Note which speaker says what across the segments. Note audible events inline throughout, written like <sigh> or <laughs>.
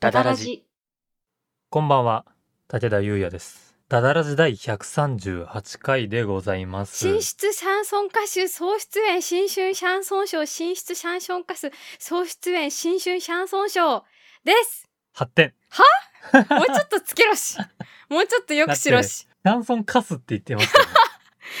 Speaker 1: ダダラジ。
Speaker 2: こんばんは、武田優也です。ダダラジ第138回でございます。
Speaker 3: 進出シャンソン歌手総出演新春シャンソン賞進出シャンソン歌手総出演新春シャンソン賞
Speaker 2: <laughs>
Speaker 3: です。
Speaker 2: 発展。
Speaker 3: もうちょっとつけろし。もうちょっとよくしろし。
Speaker 2: シャンソンカスって言ってますよね。
Speaker 3: <laughs>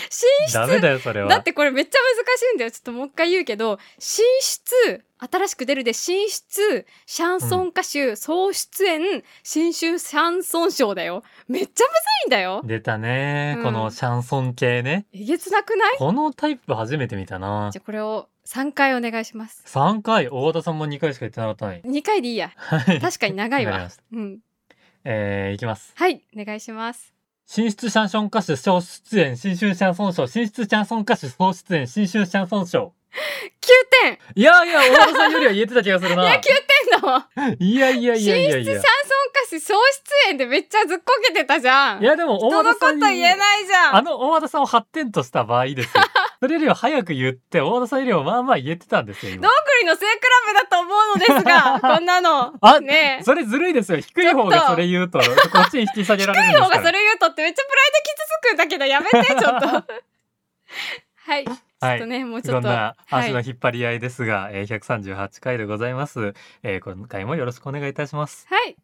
Speaker 3: 進出
Speaker 2: ダメだよ、それは。
Speaker 3: だってこれめっちゃ難しいんだよ。ちょっともう一回言うけど、進出、新しく出るで進出、シャンソン歌手総出演新春シャンソン賞だよ。めっちゃむずいんだよ。
Speaker 2: 出たね、
Speaker 3: うん
Speaker 2: このシャンソン系ね。
Speaker 3: えげつなくない
Speaker 2: このタイプ初めて見たな
Speaker 3: じ。ゃあこれを3回お願いします。
Speaker 2: 3回、大田さんも2回しか言ってなかったのに。
Speaker 3: 2回でいいや。
Speaker 2: はい。
Speaker 3: 確かに長い
Speaker 2: わかり
Speaker 3: わ
Speaker 2: まし。
Speaker 3: うん。
Speaker 2: えー、いきます。
Speaker 3: はい、お願いします。
Speaker 2: 進出シャンソン歌手総出演、新春シャンソン賞、進出シャンソン歌手総出演、新春シャンソン賞。
Speaker 3: 9点
Speaker 2: いやいや、大田さんよりは言えてた気がするな。
Speaker 3: いや、9点 <laughs> だもん
Speaker 2: いやいやいやいや
Speaker 3: 進出
Speaker 2: い
Speaker 3: シャ
Speaker 2: や
Speaker 3: ンソン。歌手総出演でめっちゃずっこけてたじゃん
Speaker 2: いやでも
Speaker 3: 人
Speaker 2: 大
Speaker 3: の
Speaker 2: 和田
Speaker 3: こと
Speaker 2: さん
Speaker 3: 言
Speaker 2: に
Speaker 3: えないじゃ
Speaker 2: あ
Speaker 3: ん
Speaker 2: の大和田さんを発展とした場合です <laughs> よそれよりは早く言って大和田さんよりはまあまあ言えてたんですよ
Speaker 3: ど
Speaker 2: 今
Speaker 3: んぐりの背比べだと思うのですがこんなの
Speaker 2: <laughs> あ
Speaker 3: ねえ
Speaker 2: それずるいですよ低い方がそれ言うとこっちに引き下げられるんで
Speaker 3: の
Speaker 2: す
Speaker 3: が
Speaker 2: か
Speaker 3: それ
Speaker 2: ら
Speaker 3: 言うとってめっちゃプライド傷つくんだけどやめてちょっと
Speaker 2: <laughs>
Speaker 3: はいちょっとね、もうちょ
Speaker 2: こ
Speaker 3: っ
Speaker 2: ん
Speaker 3: と
Speaker 2: な
Speaker 3: は
Speaker 2: 足の
Speaker 3: い、
Speaker 2: 引っ張り合いですが、えー138回でございます、えー今回もよろしくお願いいたします
Speaker 3: はい、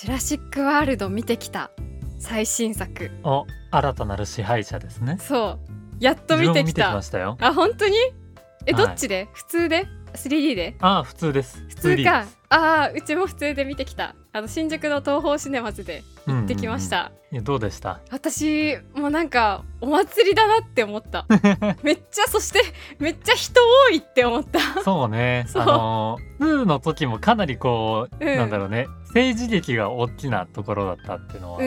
Speaker 3: ジュラシック・ワールド見てきた最新作
Speaker 2: お新たなる支配者ですね
Speaker 3: そうやっと見
Speaker 2: 自分
Speaker 3: て
Speaker 2: も
Speaker 3: き
Speaker 2: 見てき
Speaker 3: た
Speaker 2: ましたよ
Speaker 3: あ本当にえ、
Speaker 2: はい
Speaker 3: どっちで普通で 3D で
Speaker 2: あ普通です
Speaker 3: 普通
Speaker 2: 2D
Speaker 3: か
Speaker 2: です
Speaker 3: ああうちも普通で見てきたあの新宿の東宝シネマズで行ってきまし
Speaker 2: うんうん
Speaker 3: た、
Speaker 2: うんいやどうでした
Speaker 3: 私もうなんかお祭りだなって思った
Speaker 2: <laughs>
Speaker 3: めっちゃそしてめっちゃ人多いって思った <laughs>
Speaker 2: そうね。
Speaker 3: そう
Speaker 2: あのー、2の時もかなりこう、
Speaker 3: うん
Speaker 2: なんだろうね、政治劇が大きなところだったっていうのはあ
Speaker 3: う
Speaker 2: る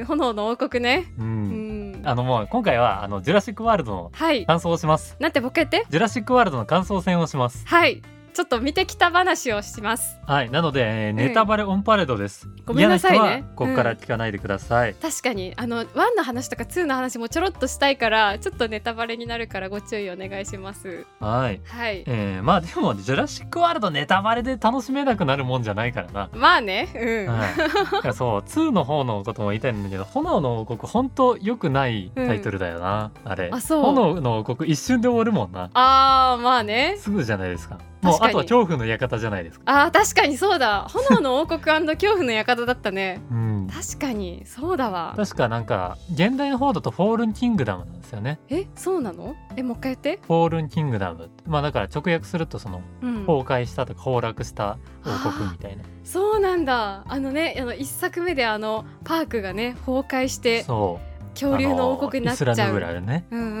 Speaker 2: け
Speaker 3: ん炎の王国ね
Speaker 2: ど。う。
Speaker 3: うんん
Speaker 2: あのもう今回はあのジュラシックワールドの
Speaker 3: はい
Speaker 2: 感想をします。
Speaker 3: なんてボケて
Speaker 2: ジュラシックワールドの感想戦をします。
Speaker 3: はいちょっと見てきた話をします
Speaker 2: はい。なので、えー
Speaker 3: ん
Speaker 2: ネタバレオンパレードです。
Speaker 3: ごめんなさいね
Speaker 2: 嫌人はここから聞かないでください。
Speaker 3: 確かにあの1の話とか2の話もちょろっとしたいからちょっとネタバレになるからご注意お願いします
Speaker 2: はい。
Speaker 3: はい
Speaker 2: えーまあでもジュラシックワールドネタバレで楽しめなくなるもんじゃないからな。
Speaker 3: まあねうん、
Speaker 2: はい、いやそう2の方のことも言いたいんだけど「炎の王国」ほんとよくないタイトルだよな、あれ
Speaker 3: あそう
Speaker 2: 炎の王国一瞬で終わるもんな
Speaker 3: あーまあね
Speaker 2: すぐじゃないですかも
Speaker 3: 確
Speaker 2: う
Speaker 3: か
Speaker 2: あ
Speaker 3: に
Speaker 2: とは恐怖の館じゃないですか
Speaker 3: あー確かにそうだ炎の王国恐怖の館だったね
Speaker 2: うん
Speaker 3: 確かにそうだわ
Speaker 2: 確かなんか現代の方だと「フォールンキングダム」なんですよね
Speaker 3: えそうなのえもう一回言って
Speaker 2: 「フォールンキングダムって」まあだから直訳するとその
Speaker 3: うん
Speaker 2: 崩壊したとか崩落した王国みたいな
Speaker 3: そうなんだあのねあの一作目であのパークがね崩壊して
Speaker 2: そう
Speaker 3: 恐竜の王国になっちゃう
Speaker 2: あのイスラヌブラルね
Speaker 3: うんうんう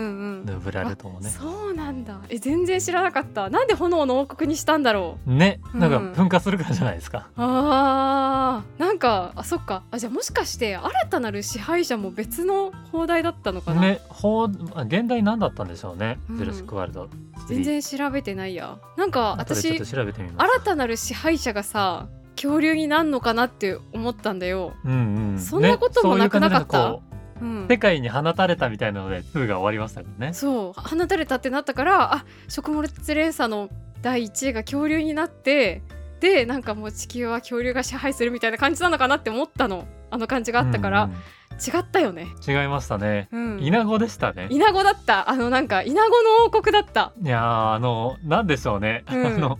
Speaker 3: ん
Speaker 2: ヌブラルともね
Speaker 3: そうなんだえ全然知らなかったなんで炎の王国にしたんだろう
Speaker 2: ね
Speaker 3: うん
Speaker 2: なんか噴火するからじゃないですか、
Speaker 3: あーなんかあそっかあじゃあもしかして新たなる支配者も別の放題だったのかな、
Speaker 2: ね、ほう、あ現代何だったんでしょうね。
Speaker 3: うん
Speaker 2: ジュラシックワールドシリ
Speaker 3: 全
Speaker 2: ーズ。
Speaker 3: 然調べてないやなんか
Speaker 2: 後でちょっ
Speaker 3: 私
Speaker 2: と調べてみます。
Speaker 3: 新たなる支配者がさ恐竜になんのかなって思ったんだよ、
Speaker 2: うんうん。
Speaker 3: そんなことも
Speaker 2: ね
Speaker 3: なくなかっ
Speaker 2: そうい
Speaker 3: た
Speaker 2: う感じでこ
Speaker 3: う
Speaker 2: うん世、界に放たれたみたいなので、2が終わりましたけどね。
Speaker 3: そう放たれたってなったからあ食物連鎖の第1位が恐竜になってでなんかもう地球は恐竜が支配するみたいな感じなのかなって思ったのあの感じがあったから、
Speaker 2: うんうん
Speaker 3: 違ったよね、
Speaker 2: 違いましたね。
Speaker 3: うん、
Speaker 2: イナゴでしたね。
Speaker 3: イナゴだったあのなんかイナゴの王国だった
Speaker 2: いやー、あの、なんでしょうね。
Speaker 3: うん
Speaker 2: あの、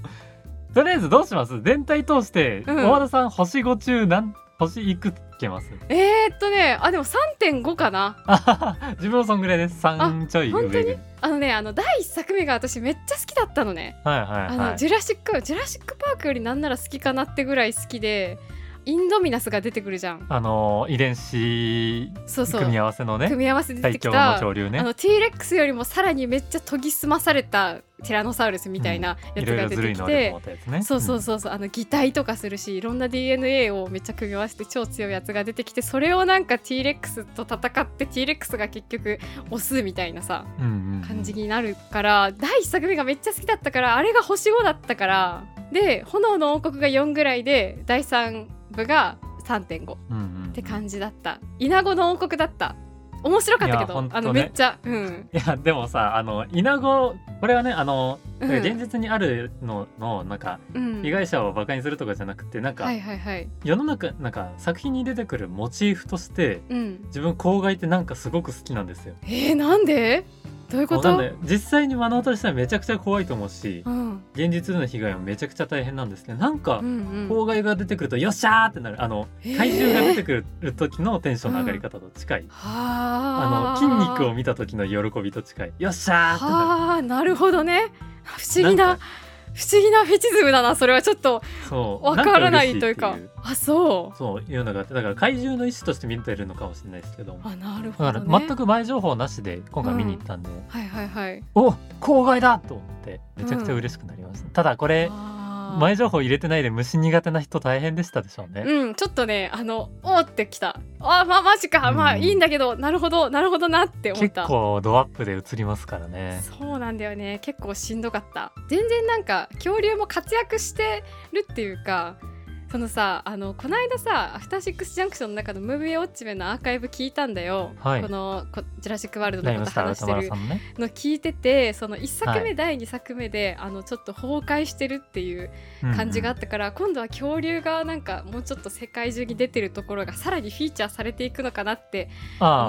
Speaker 2: とりあえずどうします全体通して、
Speaker 3: うん
Speaker 2: 大和田さん、星5中、なん、星いくつけます <laughs>
Speaker 3: えー、っとねあでも3.5かな
Speaker 2: あはは自分はそんぐらいです。3ちょい上ぐらい。はい
Speaker 3: あのねあの第1作目が私めっちゃ好きだったのね
Speaker 2: はい
Speaker 3: あ
Speaker 2: は
Speaker 3: の
Speaker 2: い。
Speaker 3: ジュラシックジュラシックパークよりなんなら好きかなってぐらい好きでインドミナスが出てくるじゃん
Speaker 2: あの、遺伝子
Speaker 3: そうそう
Speaker 2: 組み合わせのね
Speaker 3: 組み合わせで出てき
Speaker 2: 最強の
Speaker 3: た
Speaker 2: 恐竜
Speaker 3: あ
Speaker 2: ね
Speaker 3: の T レックスよりもさらにめっちゃ研ぎ澄まされたティラノサウルスみたいなや
Speaker 2: い
Speaker 3: つ
Speaker 2: ろい
Speaker 3: が
Speaker 2: ろ
Speaker 3: 出
Speaker 2: ずる
Speaker 3: て
Speaker 2: い
Speaker 3: き
Speaker 2: 能力
Speaker 3: て
Speaker 2: 持っ、たやつね
Speaker 3: そうそうそうそうあの擬態とかするしいろんな DNA をめっちゃ組み合わせて超強いやつが出てきてそれをなんか T レックスと戦って T レックスが結局オスみたいなさ
Speaker 2: うんうんうん
Speaker 3: 感じになるから第1作目がめっちゃ好きだったからあれが星5だったからで炎の王国が4ぐらいで第3部が3.5っ
Speaker 2: うんうん
Speaker 3: て感じだったイナゴの王国だった面白かったけ
Speaker 2: いやほ
Speaker 3: ど、
Speaker 2: んとね
Speaker 3: あのめっちゃうん
Speaker 2: いやでもさあのイナゴこれはねあの、
Speaker 3: うん
Speaker 2: 現実にあるののなんか
Speaker 3: うん
Speaker 2: 被害者をバカにするとかじゃなくてなんか、
Speaker 3: はいはいはい
Speaker 2: 世の中なんか作品に出てくるモチーフとして
Speaker 3: うん
Speaker 2: 自分公害ってなんかすごく好きなんですよ。
Speaker 3: えー、なんでどういうこ
Speaker 2: もうなん
Speaker 3: と
Speaker 2: で実際に目の当たりしたらめちゃくちゃ怖いと思うし
Speaker 3: うん
Speaker 2: 現実での被害もめちゃくちゃ大変なんですけどなんか
Speaker 3: うんうん
Speaker 2: 公害が出てくるとよっしゃーってなるあの
Speaker 3: えー
Speaker 2: 怪獣が出てくる時のテンションの上がり方と近い、
Speaker 3: は
Speaker 2: あの
Speaker 3: あ
Speaker 2: 筋肉を見た時の喜びと近いよっしゃーってなる。
Speaker 3: はあなるほどね不思議
Speaker 2: な
Speaker 3: なん
Speaker 2: か
Speaker 3: 不思議なフェチズムだなそれはちょっと
Speaker 2: そう
Speaker 3: わからない
Speaker 2: ん
Speaker 3: という
Speaker 2: 嬉し
Speaker 3: か
Speaker 2: っていう
Speaker 3: あそう
Speaker 2: そういうのがあってだから怪獣の意思として見てるのかもしれないですけどだ
Speaker 3: あなるほ
Speaker 2: か
Speaker 3: ど、
Speaker 2: ら
Speaker 3: ね、
Speaker 2: 全く前情報なしで今回見に行ったんで、
Speaker 3: はいはいはい
Speaker 2: お公害だと思ってめちゃくちゃ嬉しくなりました、ただこれ
Speaker 3: あー
Speaker 2: 前情報入れてないで虫苦手な人大変でしたでしょうね、
Speaker 3: うんちょっとねあのおーってきたあまあマジか、
Speaker 2: うん
Speaker 3: まあいいんだけどなるほどなるほどなって思っ
Speaker 2: 結
Speaker 3: た
Speaker 2: 構ドアップで映りますからね
Speaker 3: そうなんだよね結構しんどかった全然なんか恐竜も活躍してるっていうかそのさあのこの間さ「アフターシックス・ジャンクション」の中の「ムービーウォッチメン」のアーカイブ聞いたんだよ、
Speaker 2: はい
Speaker 3: このこ「ジュラシック・ワールド」
Speaker 2: な
Speaker 3: の
Speaker 2: り
Speaker 3: こ
Speaker 2: ま
Speaker 3: と
Speaker 2: し
Speaker 3: 話し
Speaker 2: た歌
Speaker 3: て
Speaker 2: 丸
Speaker 3: る
Speaker 2: さんね
Speaker 3: の聞いててその1作目、
Speaker 2: はい
Speaker 3: 第2作目であのちょっと崩壊してるっていう感じがあ
Speaker 2: っ
Speaker 3: っ、たから、今度は恐竜がなんかもうちょっと世界中に出てるところがさらにフィーチャーされていくのかなって
Speaker 2: あ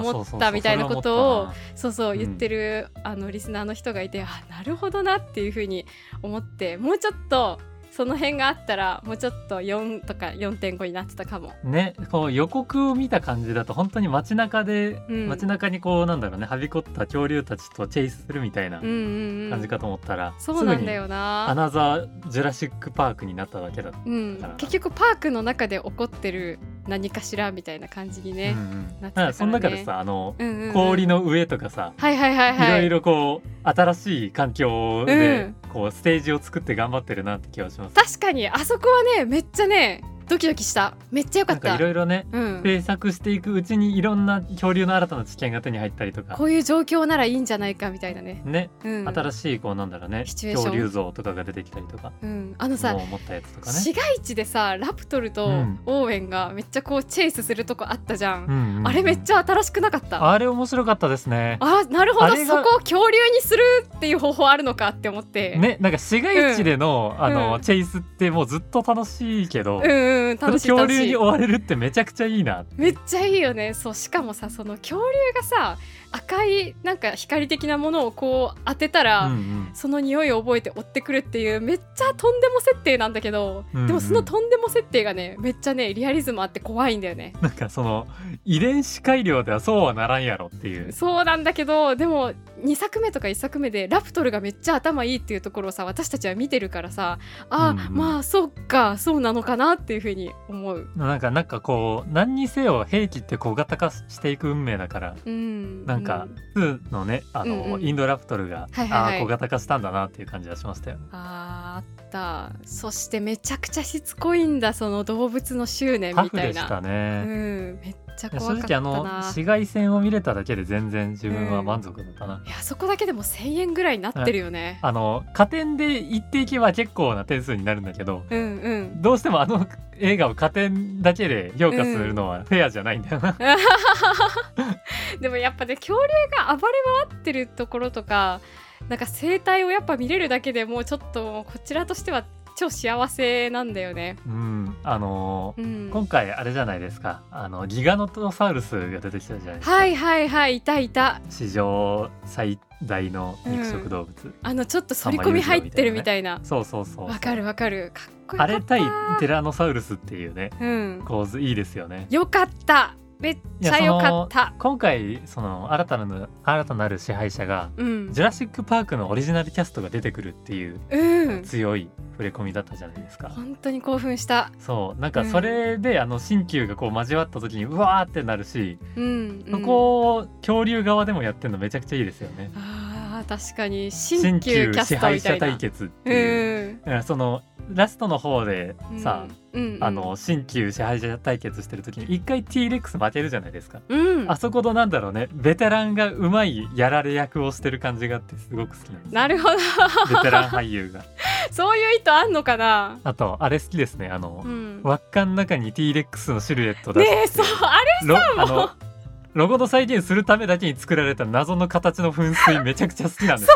Speaker 3: 思
Speaker 2: ー
Speaker 3: った
Speaker 2: そうそうそう
Speaker 3: みたいなことを
Speaker 2: それは思った
Speaker 3: そうそう
Speaker 2: うん
Speaker 3: 言ってる、あのリスナーの人がいてあなるほどなっていうふうに思ってもうちょっとその辺があったらもうちょっと4とか4.5になってたかも。
Speaker 2: なねこう予告を見た感じだと本当に街中で、
Speaker 3: うん
Speaker 2: 街中にこうなんだろうねはびこった恐竜たちとチェイスするみたいな
Speaker 3: うんうんうん、
Speaker 2: 感じかと思ったら、
Speaker 3: そうなんだよ
Speaker 2: すぐにア
Speaker 3: な、
Speaker 2: ナザージュラシック・パークになっただけだった、
Speaker 3: うん、結局パークの中で起こってる何かしらみたいな感じにね
Speaker 2: う、んうん
Speaker 3: なってたかね
Speaker 2: だかららその中でさあの、
Speaker 3: うんうんうん
Speaker 2: 氷の上とかさ
Speaker 3: はいはいはい
Speaker 2: い
Speaker 3: はい
Speaker 2: ろいろこう新しい環境
Speaker 3: う
Speaker 2: で
Speaker 3: ん
Speaker 2: こうステージを作って頑張ってるなって気がします。
Speaker 3: 確かにあそこはねめっちゃねドキドキしためっちゃ良か
Speaker 2: な
Speaker 3: っ
Speaker 2: んか
Speaker 3: た
Speaker 2: いろいろね
Speaker 3: うん、
Speaker 2: 制作していくうちにいろんな恐竜の新たな知見が手に入ったりとか
Speaker 3: こういう状況ならいいんじゃないかみたいなね、
Speaker 2: ね、
Speaker 3: うん、
Speaker 2: 新しいこうなんだろうね
Speaker 3: シチュエーション
Speaker 2: 恐竜像とかが出てきたりとか
Speaker 3: うん、あのさ
Speaker 2: 物を持ったやつとかね。
Speaker 3: 市街地でさラプトルと
Speaker 2: うん
Speaker 3: オーウェンがめっちゃこうチェイスするとこあったじゃん、
Speaker 2: うんうんうん
Speaker 3: あれめっちゃ新しくなかったあ
Speaker 2: あれ面白かったですね。
Speaker 3: なるほど
Speaker 2: あれ
Speaker 3: そ
Speaker 2: が
Speaker 3: こを恐竜にするっていう方法あるのかって思って、
Speaker 2: ねなんか市街地での、あの、
Speaker 3: うん
Speaker 2: チェイスってもうずっと楽しいけど、
Speaker 3: うんうんうん
Speaker 2: その
Speaker 3: 楽しい
Speaker 2: 恐
Speaker 3: 楽
Speaker 2: 竜
Speaker 3: し
Speaker 2: に
Speaker 3: い
Speaker 2: 追われるってめちゃくちゃいいな
Speaker 3: めっちゃいいよねそうしかもさその恐竜がさ赤いなんか光的なものをこう当てたら、
Speaker 2: うんうん
Speaker 3: その匂いを覚えて追ってくるっていうめっちゃとんでも設定なんだけど、
Speaker 2: うんうん
Speaker 3: でもそのとんでも設定がねめっちゃねリアリズムあって怖いんだよね
Speaker 2: なんかその遺伝子改良ではそうはならんやろっていう
Speaker 3: そうなんだけどでも2作目とか1作目でラプトルがめっちゃ頭いいっていうところをさ私たちは見てるからさあ、
Speaker 2: うんうん
Speaker 3: まあそっかそうなのかなっていうふうに思う。
Speaker 2: なんかなんかこう何にせよ兵器って小型化していく運命だから
Speaker 3: うん、
Speaker 2: なんか
Speaker 3: う
Speaker 2: 2のねあの、
Speaker 3: うんうん
Speaker 2: インドラプトルが、
Speaker 3: はいはいはい
Speaker 2: あー小型化したんだなっていう感じがしましたよね。
Speaker 3: あーあったそしてめちゃくちゃしつこいんだその動物の執念
Speaker 2: タ
Speaker 3: み
Speaker 2: フ
Speaker 3: たい
Speaker 2: で
Speaker 3: な
Speaker 2: した
Speaker 3: う
Speaker 2: ね。
Speaker 3: ん、めっちゃ
Speaker 2: いや
Speaker 3: 怖
Speaker 2: 正
Speaker 3: かった
Speaker 2: 直あの
Speaker 3: な
Speaker 2: 紫外線を見れただけで全然自分は満足だったな。
Speaker 3: いやそこだけでも1,000円ぐらいになってるよね。
Speaker 2: あの加点で言っていけば結構な点数になるんだけど
Speaker 3: うんうん、
Speaker 2: どうしてもあの映画を加点だけで評価するのはフェアじゃないんだ
Speaker 3: <laughs>
Speaker 2: よな。
Speaker 3: でもやっぱね恐竜が暴れ回ってるところとかなんか生態をやっぱ見れるだけでもうちょっとこちらとしては超幸せなんだよね。
Speaker 2: うん、あのー
Speaker 3: うん、
Speaker 2: 今回あれじゃないですかあのギガノトサウルスが出てきたじゃないですか、
Speaker 3: はいはいはいいたいた
Speaker 2: 史上最大の肉食動物、
Speaker 3: あのちょっと反り込み入ってるみたいな
Speaker 2: そうそうそう
Speaker 3: わかるわかるかっこよか
Speaker 2: あ
Speaker 3: った
Speaker 2: れ対テラノサウルスっていうね
Speaker 3: うん
Speaker 2: 構図いいですよね
Speaker 3: よかっためっちゃよかった
Speaker 2: 今回その新たな新たなる支配者が
Speaker 3: うん
Speaker 2: ジュラシック・パークのオリジナルキャストが出てくるっていう
Speaker 3: うん
Speaker 2: 強い触れ込みだったじゃないですか、
Speaker 3: 本当に興奮した
Speaker 2: そうなんかそれで、あの新旧がこう交わった時にうわーってなるし、
Speaker 3: うん、うん、
Speaker 2: そこを恐竜側でもやってるのめちゃくちゃいいですよね
Speaker 3: あー確かに
Speaker 2: 新
Speaker 3: 新旧
Speaker 2: 旧
Speaker 3: キャ
Speaker 2: 支
Speaker 3: スト
Speaker 2: 配
Speaker 3: みた
Speaker 2: 者
Speaker 3: いな
Speaker 2: 対決っていう、
Speaker 3: うん
Speaker 2: うんそのラストの方でさ、
Speaker 3: うん、うんうん
Speaker 2: あの新旧支配者対決してる時に一回 T レックス負けるじゃないですか、
Speaker 3: うん
Speaker 2: あそこのなんだろうねベテランがうまいやられ役をしてる感じがあってすごく好きなんです
Speaker 3: なるほど <laughs>
Speaker 2: ベテラン俳優が
Speaker 3: そういう意図あんのかな、
Speaker 2: あとあれ好きですねあの、
Speaker 3: うん、
Speaker 2: 輪っかの中に T レックスのシルエット出
Speaker 3: ね
Speaker 2: して
Speaker 3: えそうあれ
Speaker 2: ロあのロゴの再現するためだけに作られた謎の形の噴水めちゃくちゃ好きなんですよ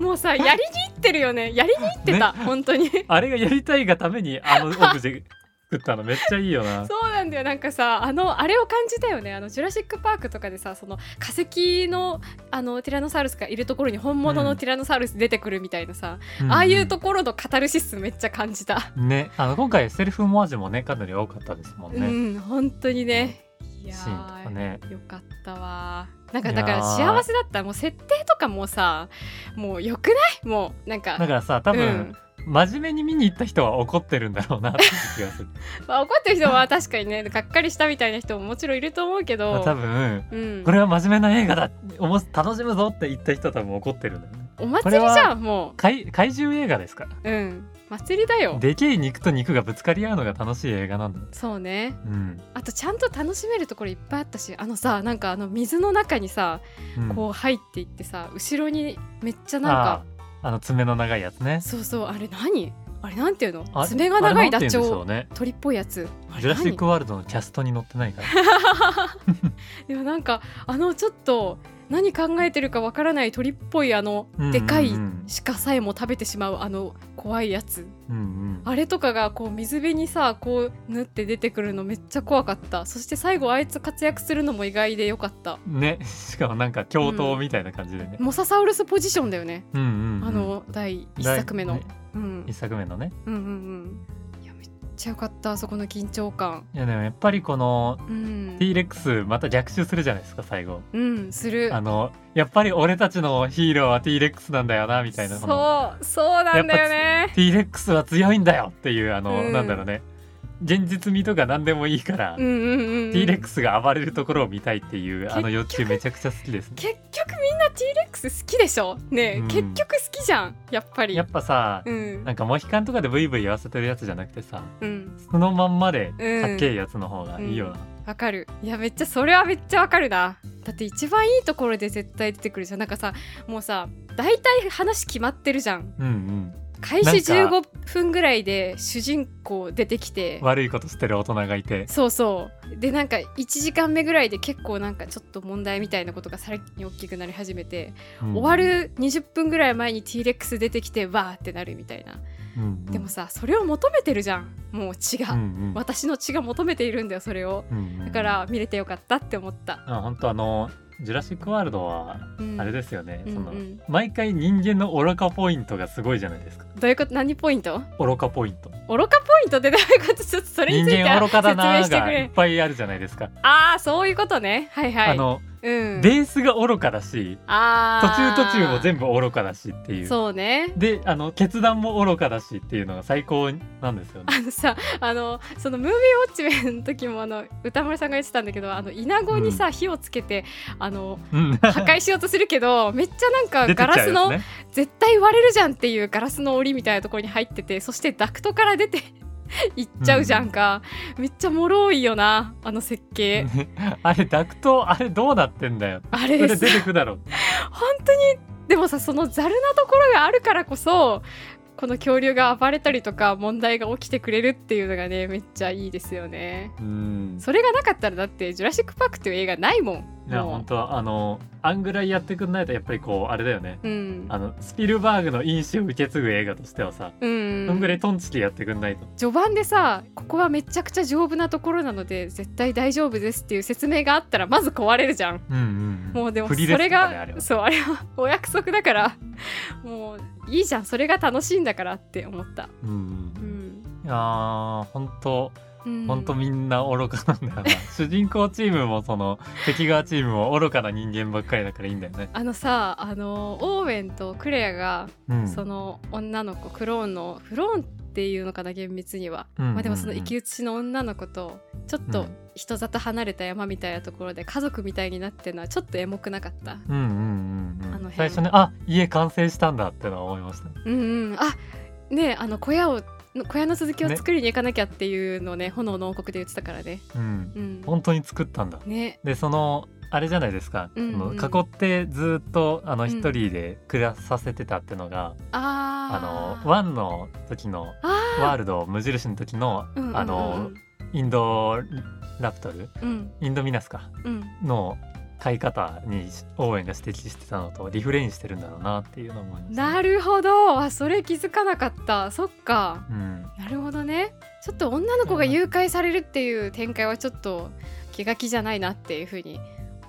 Speaker 3: もうさやりにいってるよねやりにいってた、本当に
Speaker 2: あれがやりたいがためにあのオブジェ作ったのめっちゃいいよな
Speaker 3: そうなんだよなんかさあのあれを感じたよねあのジュラシック・パークとかでさその化石のあのティラノサウルスがいるところに本物のティラノサウルス出てくるみたいなさ、
Speaker 2: んん
Speaker 3: ああいうところのカタルシスめっちゃ感じた、
Speaker 2: ねあの今回セルフ文字もねかなり多かったですもんね、
Speaker 3: うん本当にねいや
Speaker 2: シーンとかね
Speaker 3: よかったわなんか
Speaker 2: い
Speaker 3: だ
Speaker 2: やー
Speaker 3: から幸せだったもう設定とかもさもうよくないもうなんか
Speaker 2: だからさ多分、
Speaker 3: うん
Speaker 2: 真面目に見に行った人は怒ってるんだろうなって気がする
Speaker 3: まあ、怒ってる人は確かにねがっかりしたみたいな人ももちろんいると思うけ
Speaker 2: まあ
Speaker 3: ど
Speaker 2: 多分
Speaker 3: うん
Speaker 2: こ、れは真面目な映画だおも楽しむぞって言った人は多分怒ってるんだよね
Speaker 3: お祭りじ
Speaker 2: これ
Speaker 3: ゃ
Speaker 2: は
Speaker 3: んも
Speaker 2: 怪怪獣映画ですから
Speaker 3: ううん祭りだよ
Speaker 2: でけえ肉と肉がぶつかり合うのが楽しい映画なんだよ
Speaker 3: そうね
Speaker 2: うん、
Speaker 3: あとちゃんと楽しめるところいっぱいあったしあのさなんかあの水の中にさ
Speaker 2: うん、
Speaker 3: こう入っていってさ後ろにめっちゃ
Speaker 2: う
Speaker 3: なんか
Speaker 2: ああの爪の長いやつね
Speaker 3: そうそうあれ何あれなんていうの
Speaker 2: あ
Speaker 3: 爪が長い
Speaker 2: あれ
Speaker 3: ダ
Speaker 2: なん
Speaker 3: チ
Speaker 2: て言うんでし
Speaker 3: ョ
Speaker 2: ょ
Speaker 3: ウ
Speaker 2: うね
Speaker 3: 鳥っぽいやつあれ
Speaker 2: ジュラシッ
Speaker 3: 何
Speaker 2: ク・ワールドのキャストに載ってないから
Speaker 3: でもなんかあのちょっと何考えてるかわからない鳥っぽいあの
Speaker 2: うんうんう
Speaker 3: <laughs>
Speaker 2: ん
Speaker 3: でかい鹿さえも食べてしまうあの怖いやつ
Speaker 2: うんうん
Speaker 3: あれとかがこう水辺にさこう縫って出てくるのめっちゃ怖かったそして最後あいつ活躍するのも意外でよかった
Speaker 2: ね、 <laughs> しかもなんか共闘みたいな感じでね、
Speaker 3: モササウルスポジションだよね
Speaker 2: うんうんうん
Speaker 3: あの第1作目の
Speaker 2: 第
Speaker 3: うん
Speaker 2: 一作目のね
Speaker 3: うんうんうんいやめっちゃよかったあそこの緊張感
Speaker 2: いやでもやっぱりこの
Speaker 3: うん
Speaker 2: T レックスまた逆襲するじゃないですか最後
Speaker 3: うんする
Speaker 2: あのやっぱり俺たちのヒーローは T レックスなんだよなみたいなこの
Speaker 3: そうそうなんだよね
Speaker 2: T レックスは強いんだよっていうあの、
Speaker 3: うん
Speaker 2: なんだろうね現実味とか何でもいいから、
Speaker 3: うんうんうんうん
Speaker 2: T レックスが暴れるところを見たいっていうあの
Speaker 3: 結局
Speaker 2: 欲求めちゃくちゃ好きですね
Speaker 3: 結局みんな T レックス好きでしょねえ、
Speaker 2: うん
Speaker 3: 結局好きじゃんやっぱり
Speaker 2: やっぱさ、
Speaker 3: うん
Speaker 2: なんかモヒカンとかでブイブイ言わせてるやつじゃなくてさ
Speaker 3: うん
Speaker 2: そのまんまで
Speaker 3: うん
Speaker 2: かっけえやつの方がいいよな、
Speaker 3: わかるいやめっちゃそれはめっちゃわかるなだって一番いいところで絶対出てくるじゃんなんかさもうさ大体話決まってるじゃん
Speaker 2: うんうん
Speaker 3: 開始
Speaker 2: なんか
Speaker 3: 15分ぐらいで主人公出てきて
Speaker 2: 悪いことしてる大人がいて
Speaker 3: そうそうでなんか1時間目ぐらいで結構なんかちょっと問題みたいなことがさらに大きくなり始めて、終わ、る20分ぐらい前に T レックス出てきてわーってなるみたいな
Speaker 2: うんうん
Speaker 3: でもさそれを求めてるじゃんもう血が、
Speaker 2: うんうん
Speaker 3: 私の血が求めているんだよそれを
Speaker 2: うんうん
Speaker 3: だから見れてよかったって思った、
Speaker 2: あ本当あの「ジュラシック・ワールド」は
Speaker 3: うん
Speaker 2: あれですよね、
Speaker 3: うん
Speaker 2: その
Speaker 3: うん
Speaker 2: 毎回人間の愚かポイントがすごいじゃないですか
Speaker 3: どういうこと何ポイント
Speaker 2: 愚かポイント
Speaker 3: 愚かポイントってどういうことちょっとそれに
Speaker 2: 人
Speaker 3: ついて
Speaker 2: 間愚かだな
Speaker 3: 説
Speaker 2: ー
Speaker 3: 明してく
Speaker 2: がいっ
Speaker 3: れ
Speaker 2: ぱいあるじゃないですか、
Speaker 3: ああそういうことねはいはい
Speaker 2: あの、
Speaker 3: うん、
Speaker 2: ベースが愚かだし
Speaker 3: あ
Speaker 2: 途中途中も全部愚かだしっていう
Speaker 3: そうね <laughs>
Speaker 2: であの決断も愚かだしっていうのが最高なんですよね
Speaker 3: あのさあのそのムービーウォッチメンの時もあの歌丸さんが言ってたんだけどあのイナゴにさ、火をつけてあの
Speaker 2: うん
Speaker 3: 破壊しようとするけどめっちゃなんか
Speaker 2: <laughs> 出て
Speaker 3: ガ
Speaker 2: っち
Speaker 3: ラ
Speaker 2: ゃう
Speaker 3: ス
Speaker 2: やつ
Speaker 3: の、
Speaker 2: ね
Speaker 3: 絶対割れるじゃんっていうガラスの檻みたいなところに入っててそしてダクトから出て <laughs> 行っちゃうじゃんか、めっちゃ脆いよなあの設計、
Speaker 2: あれダクトあれどうなってんだよ
Speaker 3: あ
Speaker 2: そ
Speaker 3: れ
Speaker 2: れ
Speaker 3: さ
Speaker 2: 出てくだろう
Speaker 3: 本当にでもさそのざるなところがあるからこそこの恐竜が暴れたりとか問題が起きてくれるっていうのがねめっちゃいいですよね
Speaker 2: うん
Speaker 3: それがなかったらだって「ジュラシック・パーク」っていう映画ないもん
Speaker 2: いや
Speaker 3: も
Speaker 2: 本当あのあんぐらいやってくんないとやっぱりこうあれだよね
Speaker 3: ううん
Speaker 2: あのスピルバーグの因子を受け継ぐ映画としてはさ、
Speaker 3: う
Speaker 2: そんぐらい
Speaker 3: ん、
Speaker 2: トンチキやってくんないと
Speaker 3: 序盤でさここはめちゃくちゃ丈夫なところなので絶対大丈夫ですっていう説明があったらまず壊れるじゃん
Speaker 2: うんうん
Speaker 3: もうでもそ
Speaker 2: 振りです
Speaker 3: れ
Speaker 2: から
Speaker 3: が
Speaker 2: ねあれは
Speaker 3: そうあれは <laughs> お約束だからもういいじゃんそれが楽しいんだからって思った、
Speaker 2: うん
Speaker 3: う
Speaker 2: う
Speaker 3: ん
Speaker 2: んいやー本当
Speaker 3: うん、
Speaker 2: 本当みんな愚かなんだよな、
Speaker 3: <laughs>
Speaker 2: 主人公チームもその敵側チームも愚かな人間ばっかりだからいいんだよね、
Speaker 3: あのさあのオーウェンとクレアが、
Speaker 2: うん、
Speaker 3: その女の子クローンのフローンっていうのかな厳密には、
Speaker 2: うんうんうん
Speaker 3: まあ、でもその生き写しの女の子とちょっ
Speaker 2: う
Speaker 3: と
Speaker 2: ん
Speaker 3: 人里離れた山みたいなところで家族みたいになってるのはちょっとエモくなかった
Speaker 2: うんうんうん
Speaker 3: あ
Speaker 2: う
Speaker 3: の
Speaker 2: ん
Speaker 3: 辺
Speaker 2: 最初ねあ家完成したんだってのは思いました
Speaker 3: うんうんあねえあの小屋を小屋の続きを作りに行かなきゃっていうのをね炎の王国で言ってたからね
Speaker 2: うん
Speaker 3: うん
Speaker 2: 本当に作ったんだ
Speaker 3: ね
Speaker 2: でそのあれじゃないですか、
Speaker 3: うんうん
Speaker 2: その囲ってずっとあの
Speaker 3: ん
Speaker 2: 一人で暮らさせてたってのが、あ
Speaker 3: あー
Speaker 2: のワンの時の
Speaker 3: あ
Speaker 2: ワールド無印の時の、
Speaker 3: ーうんうんうん
Speaker 2: あのインドラプトル
Speaker 3: うん
Speaker 2: インドミナスか
Speaker 3: うん
Speaker 2: の飼い方に応援が指摘してたのとリフレインしてるんだろうなっていうのを思いました
Speaker 3: なるほどあそれ気づかなかったそっか
Speaker 2: うん
Speaker 3: なるほどねちょっと女の子が誘拐されるっていう展開はちょっと気が気じゃないなっていうふうに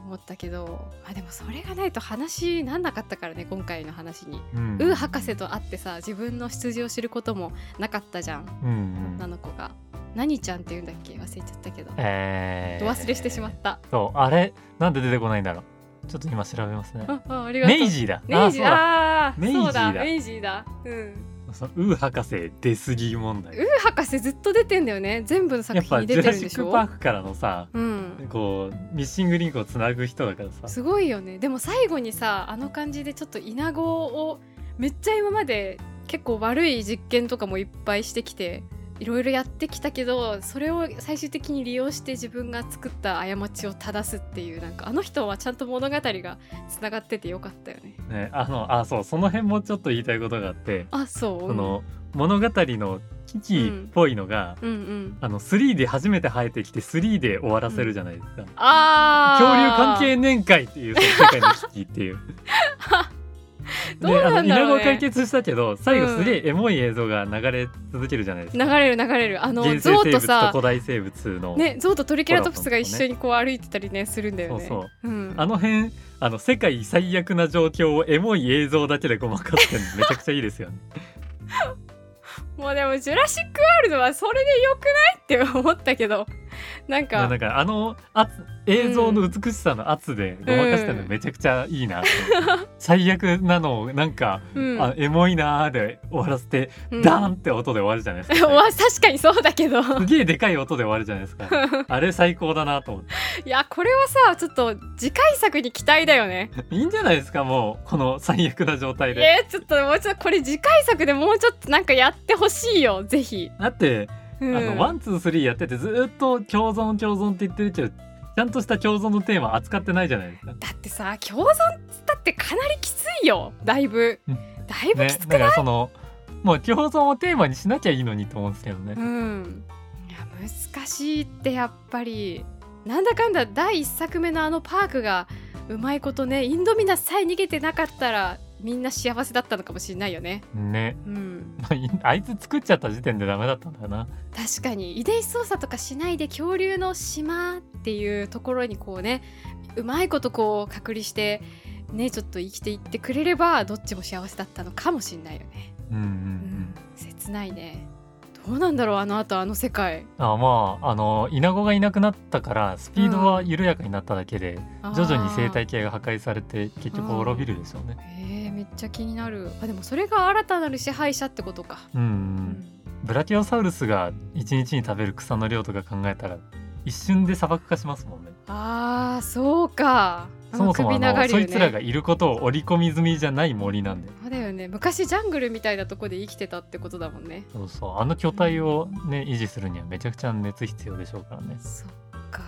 Speaker 3: 思ったけどまあでもそれがないと話になんなかったからね今回の話に。
Speaker 2: うん
Speaker 3: ウー博士と会ってさ自分の羊を知ることもなかったじゃん
Speaker 2: うんう
Speaker 3: 女
Speaker 2: ん
Speaker 3: の子が。何ちゃんって言うんだっけ忘れちゃったけど
Speaker 2: え
Speaker 3: お
Speaker 2: ー、
Speaker 3: 忘れしてしまった。
Speaker 2: そうあれなんで出てこないんだろうちょっと今調べますね
Speaker 3: <laughs> ああありがとう
Speaker 2: <laughs> メイジーだ
Speaker 3: 明治
Speaker 2: あ
Speaker 3: あー
Speaker 2: 明治
Speaker 3: そうだ
Speaker 2: だ
Speaker 3: 明治だ。うん。
Speaker 2: そうだそのウー博士出過ぎ問題
Speaker 3: ウー博士ずっと出てんだよね全部の作
Speaker 2: やっ
Speaker 3: 品
Speaker 2: ぱ
Speaker 3: に
Speaker 2: ジ
Speaker 3: 出
Speaker 2: ュ
Speaker 3: て
Speaker 2: ラ
Speaker 3: るん
Speaker 2: シ
Speaker 3: でし
Speaker 2: ッ
Speaker 3: ょ
Speaker 2: ク・パークからのさ
Speaker 3: うん、
Speaker 2: こうミッシングリンクをつなぐ人だからさ
Speaker 3: すごいよねでも最後にさあの感じでちょっとイナゴをめっちゃ今まで結構悪い実験とかもいっぱいしてきていろいろやってきたけどそれを最終的に利用して自分が作った過ちを正すっていうなんかあの人はちゃんと物語がつながっててよかったよね
Speaker 2: ねあのあそうその辺もちょっと言いたいことがあって
Speaker 3: あそう
Speaker 2: その物語の危機っぽいのが、
Speaker 3: うんうん
Speaker 2: あの3で初めて生えてきて3で終わらせるじゃないですか、
Speaker 3: あー
Speaker 2: 恐竜関係年会っていうその世界の危機っていう
Speaker 3: <laughs> どうなんだろうね
Speaker 2: あのイナゴは解決したけど最後
Speaker 3: うん
Speaker 2: すげえエモい映像が流れ続けるじゃないですか、
Speaker 3: 流れる流れるあの
Speaker 2: 原
Speaker 3: ゾ
Speaker 2: 生
Speaker 3: ウと
Speaker 2: 生物と
Speaker 3: さ
Speaker 2: 古代生物の、
Speaker 3: ねゾウとトリケラトプスが一
Speaker 2: コ
Speaker 3: 緒
Speaker 2: ラ
Speaker 3: にこう歩いてたりねするんだよ
Speaker 2: そう
Speaker 3: ね
Speaker 2: そう
Speaker 3: うん
Speaker 2: あの辺あの世界最悪な状況をエモい映像だけでごまかしてるの
Speaker 3: <laughs>
Speaker 2: めちゃくちゃいいですよね
Speaker 3: もうでも「ジュラシック・ワールド」はそれでよくないって思ったけど <laughs> なん
Speaker 2: な
Speaker 3: か
Speaker 2: んかあの圧映像の美しさの圧でごまかしてるのめちゃくちゃいいなって、最悪なのをなんか
Speaker 3: うん
Speaker 2: あエモいなーで終わらせて、
Speaker 3: うん
Speaker 2: ダ
Speaker 3: <laughs>
Speaker 2: ーンって音で終わるじゃないです
Speaker 3: うわ
Speaker 2: か。
Speaker 3: 確かにそうだけど <laughs>
Speaker 2: すげえでかい音で終わるじゃないですか。あれ最高だなと思って。
Speaker 3: いやこれはさちょっと次回作に期待だよね
Speaker 2: いいんじゃないですか、もう、この最悪な状態で。
Speaker 3: えー、ちょっともうちょっとこれ次回作でもうちょっとなんかやってほしいよぜひ、
Speaker 2: だって、
Speaker 3: う
Speaker 2: あ
Speaker 3: ん、
Speaker 2: の、ワン、ツー、スリーやってて、ずーっと共存、共存って言ってるけど、ちゃんとした共存のテーマ扱ってないじゃないですか。
Speaker 3: だってさ共存だってかなりきついよだいぶ
Speaker 2: うん
Speaker 3: だいぶ
Speaker 2: ね
Speaker 3: きつ、く
Speaker 2: だからその、もう共存をテーマにしなきゃいいのにと思うんですけどね。
Speaker 3: うん、いや難しいってやっぱりなんだかんだ第1作目のあのパークがうまいことねインドミナスさえ逃げてなかったらみんな幸せだったのかもしれないよね。
Speaker 2: ね。
Speaker 3: うん、
Speaker 2: まあいあいつ作っちゃった時点でダメだったんだな。
Speaker 3: 確かに遺伝子操作とかしないで恐竜の島っていうところにこうねうまいことこう隔離してねちょっと生きていってくれればどっちも幸せだったのかもしれないよね。
Speaker 2: うんうんう
Speaker 3: うんん。、切ないね。どうなんだろうあの後あの世界。
Speaker 2: あまああのイナゴがいなくなったからスピードは緩やかになっただけで、徐々に生
Speaker 3: あー
Speaker 2: 態系が破壊されて結局滅びるでしょうね。
Speaker 3: えー、めっちゃ気になるあでもそれが新たなる支配者ってことか、
Speaker 2: うん、う、
Speaker 3: うん
Speaker 2: ブラキオサウルスが一日に食べる草の量とか考えたら一瞬で砂漠化しますもんね。
Speaker 3: あーそうか
Speaker 2: そもそもあの、
Speaker 3: あの首
Speaker 2: そ
Speaker 3: 流れ
Speaker 2: い
Speaker 3: る
Speaker 2: つ
Speaker 3: ね
Speaker 2: らがいることを織り込み済みじゃない森なんで。
Speaker 3: そうだよね昔ジャングルみたいなとこで生きてたってことだもんね
Speaker 2: そうそうあの巨体をね維持するにはめちゃくちゃ熱必要でしょうからね。
Speaker 3: そっか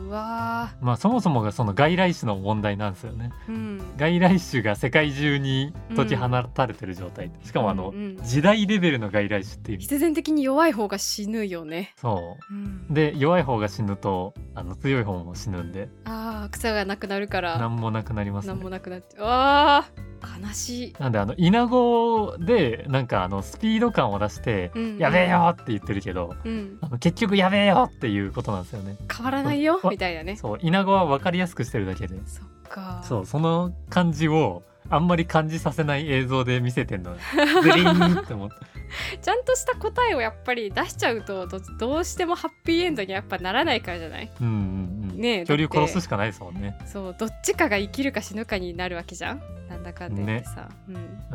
Speaker 3: うわ
Speaker 2: まあそもそもがその外来種の問題なんですよね。
Speaker 3: ーうん
Speaker 2: 外来種が世界中に解き放たれてる状態。しかもあの、
Speaker 3: うんうん
Speaker 2: 時代レベルの外来種っていう
Speaker 3: 必然的に弱い方が死ぬよね、
Speaker 2: そ
Speaker 3: うん
Speaker 2: う、で弱い方が死ぬとあの強い方も死ぬんで
Speaker 3: あー草がなくなるから
Speaker 2: 何もなくなります
Speaker 3: 何も
Speaker 2: ね
Speaker 3: なくなっちゃうあー悲しい、
Speaker 2: なんであのイナゴでなんかあのスピード感を出して
Speaker 3: うんう
Speaker 2: 「
Speaker 3: ん
Speaker 2: やべえよ!」って言ってるけど
Speaker 3: うん、
Speaker 2: あの結局やべえよっていうことなんですよね
Speaker 3: 変わらないよ
Speaker 2: うん
Speaker 3: みたいなね
Speaker 2: そうイナゴは分かりやすくしてるだけで
Speaker 3: そっか
Speaker 2: そうその感じをあんまり感じさせない映像で見せてん
Speaker 3: <laughs>
Speaker 2: のズリーンって思って
Speaker 3: ちゃんとした答えをやっぱり出しちゃうとどどうしてもハッピーエンドにはやっぱならないからじゃない
Speaker 2: うんうんうん
Speaker 3: ねえだって
Speaker 2: 恐竜殺すしかないですもんね
Speaker 3: そうどっちかが生きるか死ぬかになるわけじゃんなんだかんだ言ってさ、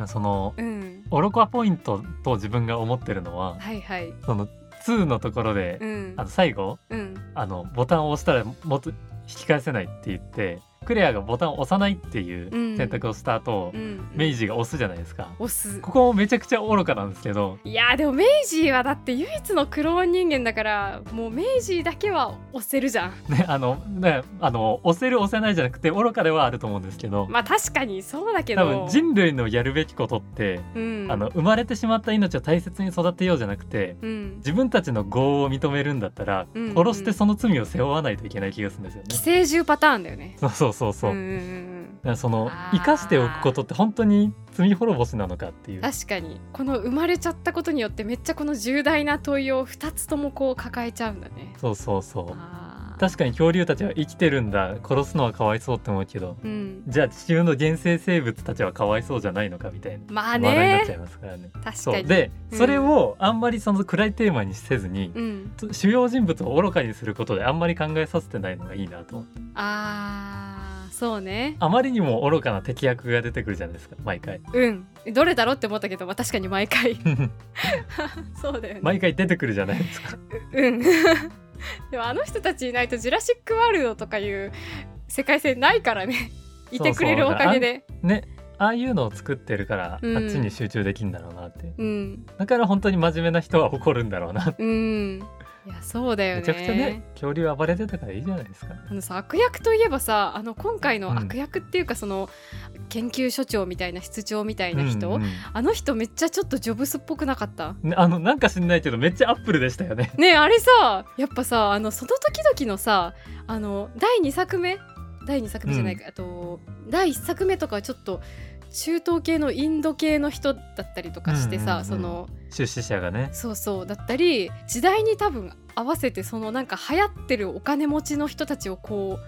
Speaker 2: その
Speaker 3: うん、うん、
Speaker 2: オロコアポイントと自分が思ってるのは
Speaker 3: はいはい
Speaker 2: その2のところで
Speaker 3: うん
Speaker 2: あの最後
Speaker 3: うん
Speaker 2: あのボタンを押したらもっと引き返せないって言ってクレアがボタンを押さないっていう
Speaker 3: うん
Speaker 2: 選択をした後、
Speaker 3: うん、
Speaker 2: メイジーが押すじゃないですか
Speaker 3: 押す
Speaker 2: ここもめちゃくちゃ愚かなんですけど <laughs>
Speaker 3: いやーでもメイジーはだって唯一のクローン人間だからもうメイジーだけは押せるじゃん
Speaker 2: ねあのねあの押せる押せないじゃなくて愚かではあると思うんですけど
Speaker 3: まあ確かにそうだけ
Speaker 2: 多
Speaker 3: ど
Speaker 2: 分人類のやるべきことって、
Speaker 3: うん、
Speaker 2: あの生まれてしまった命を大切に育てようじゃなくて
Speaker 3: うん、
Speaker 2: 自分たちの業を認めるんだったら、
Speaker 3: うんうん
Speaker 2: 殺してその罪を背負わないといけない気がするんですよね
Speaker 3: 寄。生獣パターンだよね
Speaker 2: そうそうそうそう。
Speaker 3: うんう
Speaker 2: だ
Speaker 3: んうん
Speaker 2: からその
Speaker 3: あー
Speaker 2: 生かしておくことって本当に罪滅ぼしなのかっていう。
Speaker 3: 確かにこの生まれちゃったことによってめっちゃこの重大な問いを2つともこう抱えちゃうんだね
Speaker 2: そうそうそう。
Speaker 3: あー
Speaker 2: 確かに恐竜たちは生きてるんだ殺すのはかわいそうって思うけど
Speaker 3: うん
Speaker 2: じゃあ地球の原生生物たちはかわいそうじゃないのかみたいな
Speaker 3: まあ
Speaker 2: 話題になっち
Speaker 3: ね
Speaker 2: ゃいますからね。
Speaker 3: 確か
Speaker 2: そう
Speaker 3: に
Speaker 2: で、
Speaker 3: うん
Speaker 2: それをあんまりその暗いテーマにせずに、
Speaker 3: うん
Speaker 2: 主要人物を愚かにすることであんまり考えさせてないのがいいなと
Speaker 3: あーそうね
Speaker 2: あまりにも愚かな敵役が出てくるじゃないですか毎回
Speaker 3: うんどれだろうって思ったけどまあ確かに毎
Speaker 2: <laughs>
Speaker 3: 回そうだよね
Speaker 2: 毎回出てくるじゃないで
Speaker 3: <laughs>
Speaker 2: すか
Speaker 3: うん。でもあの人たちいないと「ジュラシック・ワールド」とかいう世界線ないからね。いてくれるおかげで。
Speaker 2: ねああいうのを作ってるから、
Speaker 3: うん
Speaker 2: あっちに集中できるんだろうなって
Speaker 3: うん。
Speaker 2: だから本当に真面目な人は怒るんだろうなって
Speaker 3: うん。いやそうだよね。
Speaker 2: めちゃくちゃね恐竜暴れてたからいいじゃないですか
Speaker 3: あのさ悪役といえばさあの今回
Speaker 2: うん
Speaker 3: の悪役っていうか、その研究所長みたいな室長みたいな人、
Speaker 2: うんうん
Speaker 3: あの人めっちゃちょっとジョブスっぽくなかった
Speaker 2: ねあのなんか知んないけどめっちゃアップルでしたよね <laughs>
Speaker 3: ねえあれさやっぱさあのその時々のさあの第2作目第2作目じゃないか、あと第1作目とかはちょっと中東系のインド系の人だったりとかしてさ、
Speaker 2: うんうんうん
Speaker 3: その
Speaker 2: 出資者がね
Speaker 3: そうそうだったり時代に多分合わせてそのなんか流行ってるお金持ちの人たちをこ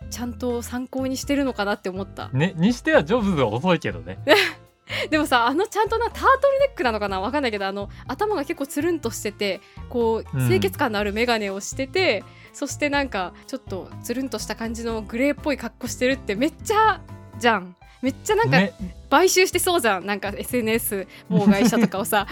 Speaker 3: うちゃんと参考にしてるのかなって思った
Speaker 2: ねにしてはジョブズは遅いけどね
Speaker 3: でもさあのちゃんとなタートルネックなのかなわかんないけどあの頭が結構つるんとしててこう
Speaker 2: うん
Speaker 3: 清潔感のある眼鏡をしてて、そしてなんかちょっとつるんとした感じのグレーっぽい格好してるってめっちゃじゃんめっちゃなんか
Speaker 2: ね、
Speaker 3: 買収してそうじゃん、なんか SNS 妨害者とかをさ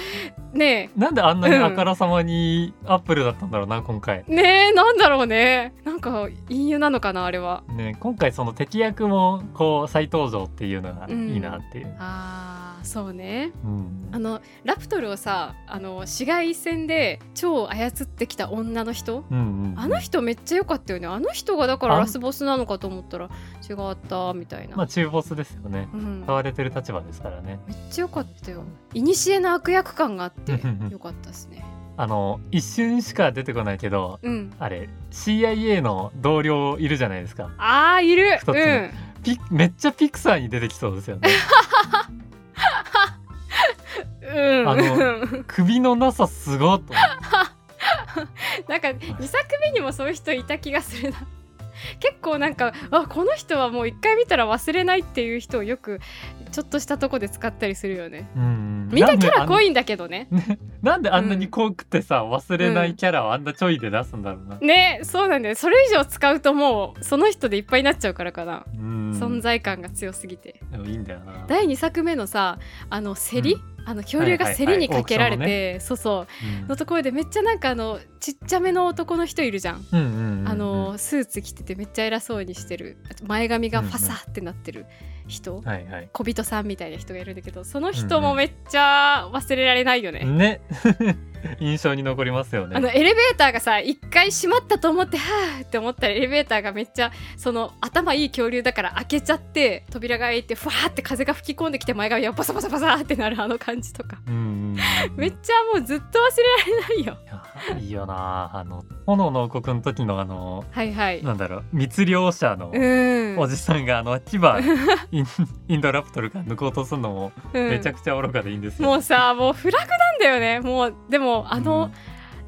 Speaker 3: ね
Speaker 2: なんであんなにあからさまにアップルだったんだろうな今回
Speaker 3: えねえなんだろうねなんか隠喩なのかなあれは
Speaker 2: ね、今回その敵役もこう再登場っていうのがいいなっていう、
Speaker 3: あーそうね
Speaker 2: うん
Speaker 3: あのラプトルをさあの紫外線で超操ってきた女の人
Speaker 2: うんうん
Speaker 3: あの人めっちゃ良かったよねあの人がだからラスボスなのかと思ったら違ったみたいな、
Speaker 2: まあ中ボスですよね
Speaker 3: うん、
Speaker 2: 買われてる立場ですからね
Speaker 3: めっちゃ良かったよ古の悪役感があって
Speaker 2: うんうん
Speaker 3: 良かったですね
Speaker 2: あの一瞬しか出てこないけど
Speaker 3: うん
Speaker 2: あれ CIA の同僚いるじゃないですか
Speaker 3: あーいる
Speaker 2: 二つ
Speaker 3: うん
Speaker 2: ねピめっちゃピクサーに出てきそうで
Speaker 3: <laughs>
Speaker 2: すよね
Speaker 3: うん
Speaker 2: あ
Speaker 3: <laughs>
Speaker 2: の
Speaker 3: うん
Speaker 2: 首のなさすごっと思って
Speaker 3: なんか2作目にもそういう人いた気がするな <laughs> 結構なんかあこの人はもう一回見たら忘れないっていう人をよくちょっとしたとこで使ったりするよね
Speaker 2: うん
Speaker 3: <laughs> みんなキャラ濃
Speaker 2: い
Speaker 3: いんだけどね
Speaker 2: なんであんなに濃くてさ忘れないキャラをあんなちょいで出すんだろうな、
Speaker 3: ねそうなんだよそれ以上使うともうその人でいっぱいになっちゃうからかな
Speaker 2: うん、
Speaker 3: 存在感が強すぎて、
Speaker 2: でもいいんだよな
Speaker 3: 第2作目のさあの競り、
Speaker 2: うん
Speaker 3: あの恐竜が競りにかけられて、
Speaker 2: はいは
Speaker 3: そうそう
Speaker 2: う
Speaker 3: のところでめっちゃなんかあのちっちゃめの男の人いるじゃん、
Speaker 2: んうんうんうんうん
Speaker 3: あのスーツ着ててめっちゃ偉そうにしてるあと前髪がファサってなってる人、
Speaker 2: はいはい
Speaker 3: 小人さんみたいな人がいるんだけどその人もめっちゃ忘れられないよね、
Speaker 2: ね <laughs> 印象に残りますよね。
Speaker 3: あのエレベーターがさ一回閉まったと思ってはあって思ったらエレベーターがめっちゃその頭いい恐竜だから開けちゃって扉が開いてふわーって風が吹き込んできて前髪がバサバサバサってなるあの感じとか
Speaker 2: うんうんうん
Speaker 3: めっちゃもうずっと忘れられないよ
Speaker 2: いやいいよなあの炎の王国の時のあの
Speaker 3: はいはい
Speaker 2: なんだろう密漁者の
Speaker 3: うん
Speaker 2: おじさんがあの牙
Speaker 3: <laughs>
Speaker 2: インインドラプトルから抜こうとするのも
Speaker 3: うん
Speaker 2: めちゃくちゃ愚かでいいんですよ。
Speaker 3: もうさもうフラグなんだよねもうでもあの、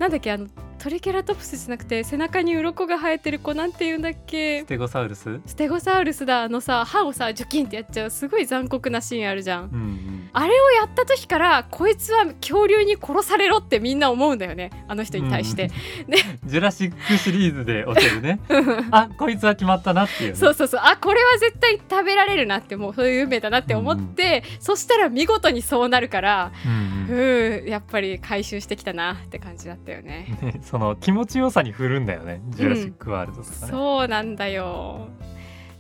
Speaker 3: なんだっけあのトリケラトプスじゃなくて背中に鱗が生えてる子なんて言うんだっけ
Speaker 2: ステゴサウルス、うん
Speaker 3: ステゴサウルスだあのさ歯をさジュキンってやっちゃうすごい残酷なシーンあるじゃん
Speaker 2: うん、
Speaker 3: あれをやった時からこいつは恐竜に殺されろってみんな思うんだよねあの人に対して、
Speaker 2: うん <laughs> ジュラシックシリーズで教え
Speaker 3: <laughs>
Speaker 2: るねあこいつは決まったなっていうね、
Speaker 3: そうそうそうあこれは絶対食べられるなってもうそういう運命だなって思って、そしたら見事にそうなるから
Speaker 2: うん
Speaker 3: う
Speaker 2: うん
Speaker 3: ーやっぱり回収してきたなって感じだったよね、
Speaker 2: ねその気持ちよさに振るんだよねジュラシックワールドとかね。
Speaker 3: そうなんだよ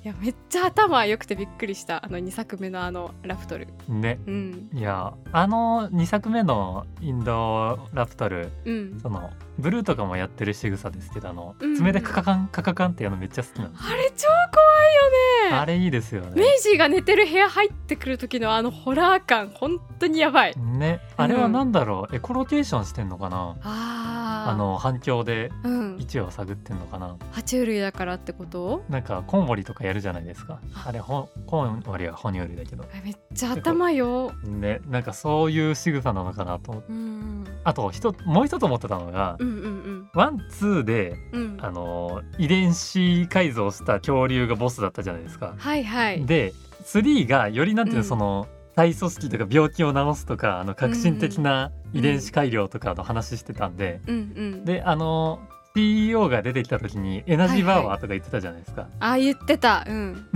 Speaker 3: いやめっちゃ頭良くてびっくりしたあの2作目のあのラプトル
Speaker 2: ね
Speaker 3: うん
Speaker 2: いやあの2作目のインドラプトル
Speaker 3: うん
Speaker 2: そのブルーとかもやってる仕草ですけどあの
Speaker 3: うん
Speaker 2: 爪でカカカンカカカンってやるのめっちゃ好きなの、
Speaker 3: あれ超怖いよね
Speaker 2: あれいいですよ
Speaker 3: メ
Speaker 2: ね
Speaker 3: イジーが寝てる部屋入ってくる時のあのホラー感本当にやばい
Speaker 2: ねあれはなんだろう、エコロケーションしてんのかな
Speaker 3: あー
Speaker 2: あの反響で
Speaker 3: うん
Speaker 2: 位置を探ってんのかな
Speaker 3: 爬虫類だからってこと
Speaker 2: なんかコウモリとかやるじゃないですかあれほコウモリは哺乳類だけど
Speaker 3: えめっちゃ頭よ
Speaker 2: ねなんかそういう仕草なのかなと思って
Speaker 3: うん
Speaker 2: あとひともう一つ思ってたのが
Speaker 3: うんうん
Speaker 2: ワンツーで
Speaker 3: うんうん
Speaker 2: あの遺伝子改造した恐竜がボスだったじゃないですか。
Speaker 3: はいはい
Speaker 2: で3がよりなんていうの、
Speaker 3: うん
Speaker 2: その体組織とか病気を治すとかあの革新的な遺伝子改良とかの話してたんで、
Speaker 3: うんうん
Speaker 2: であの CEO が出てきた時にエナジーバーワーとか言ってたじゃないですか。 <laughs>
Speaker 3: あ言ってたうん、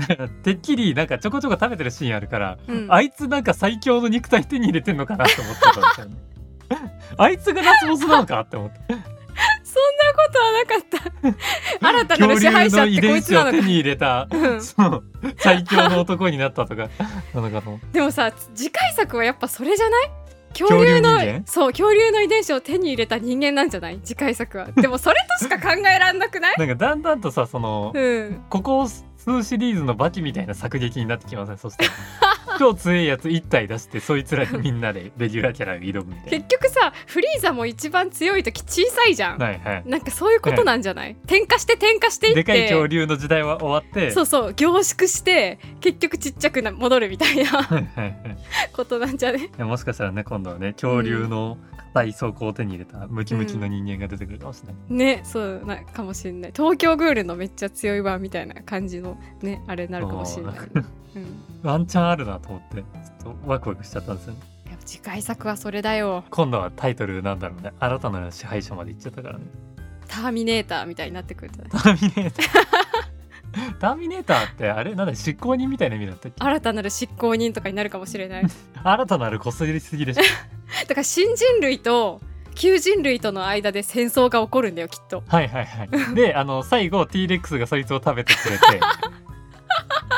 Speaker 2: てっきりなんかちょこちょこ食べてるシーンあるから、
Speaker 3: うん、
Speaker 2: <laughs> あいつなんか最強の肉体手に入れてんのかなと思ってたんで
Speaker 3: <laughs>
Speaker 2: すよね。あいつがラスボスなのかって思って
Speaker 3: そんなことはなか
Speaker 2: <laughs>
Speaker 3: った新たなる支配者ってこいつなの
Speaker 2: 恐竜の遺伝子を手
Speaker 3: か
Speaker 2: に入れた
Speaker 3: うん
Speaker 2: その最強の男になった
Speaker 3: <laughs>
Speaker 2: とかなのかと思って
Speaker 3: でもさ次回作はやっぱそれじゃない恐
Speaker 2: 恐
Speaker 3: 竜
Speaker 2: 竜人
Speaker 3: の
Speaker 2: 間
Speaker 3: そう恐竜の遺伝子を手に入れた人間なんじゃない次回作
Speaker 2: <laughs>
Speaker 3: はでもそれとしか考えらんなくない
Speaker 2: なんかだんだんとさその、
Speaker 3: うん
Speaker 2: ここ数シリーズのバキみたいな作劇になってきませんそして
Speaker 3: <laughs>
Speaker 2: 超強いやつ1体出してそいつらにみんなでレギュラーキャラに挑むみたい
Speaker 3: 結局さフリーザも一番強い時小さいじゃん、
Speaker 2: な。はいはい
Speaker 3: なんかそういうことなんじゃない、転化して転化していって
Speaker 2: でかい恐竜の時代は終わって
Speaker 3: そうそう凝縮して結局ちっちゃくな戻るみたいな <laughs>
Speaker 2: はいはいはい
Speaker 3: ことなんじゃね
Speaker 2: いやもしかしたらね今度はね恐竜の硬い装甲を手に入れたムキムキの人間が出てくるかもしれない、
Speaker 3: ねそうなかもしれない東京グールのめっちゃ強い版みたいな感じのねあれになるかもしれない、
Speaker 2: お
Speaker 3: ね
Speaker 2: ー
Speaker 3: うん、
Speaker 2: ワンチャンあるなと思ってちょっとワクワクしちゃったんですよね
Speaker 3: やっぱ次回作はそれだよ
Speaker 2: 今度はタイトルなんだろうね新たなる支配者まで行っちゃったからね <laughs>
Speaker 3: ターミネーターみたいになってくるんじゃない
Speaker 2: ターミネーターターミネーターってあれなんだ執行人みたいな意味だったっけ
Speaker 3: 新たなる執行人とかになるかもしれない <laughs> だ
Speaker 2: 新たなるこすりすぎでしょ
Speaker 3: から新人類と旧人類との間で戦争が起こるんだよきっと
Speaker 2: はいはいはいであの最後 T レックスがそいつを食べてくれて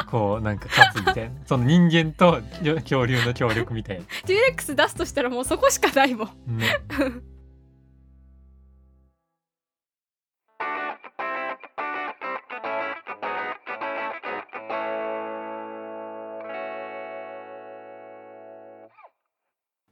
Speaker 2: こうなんか勝つみたいなその人間とよ恐竜の協力みたいな
Speaker 3: t レックス出すとしたらもうそこしかないもん
Speaker 2: ね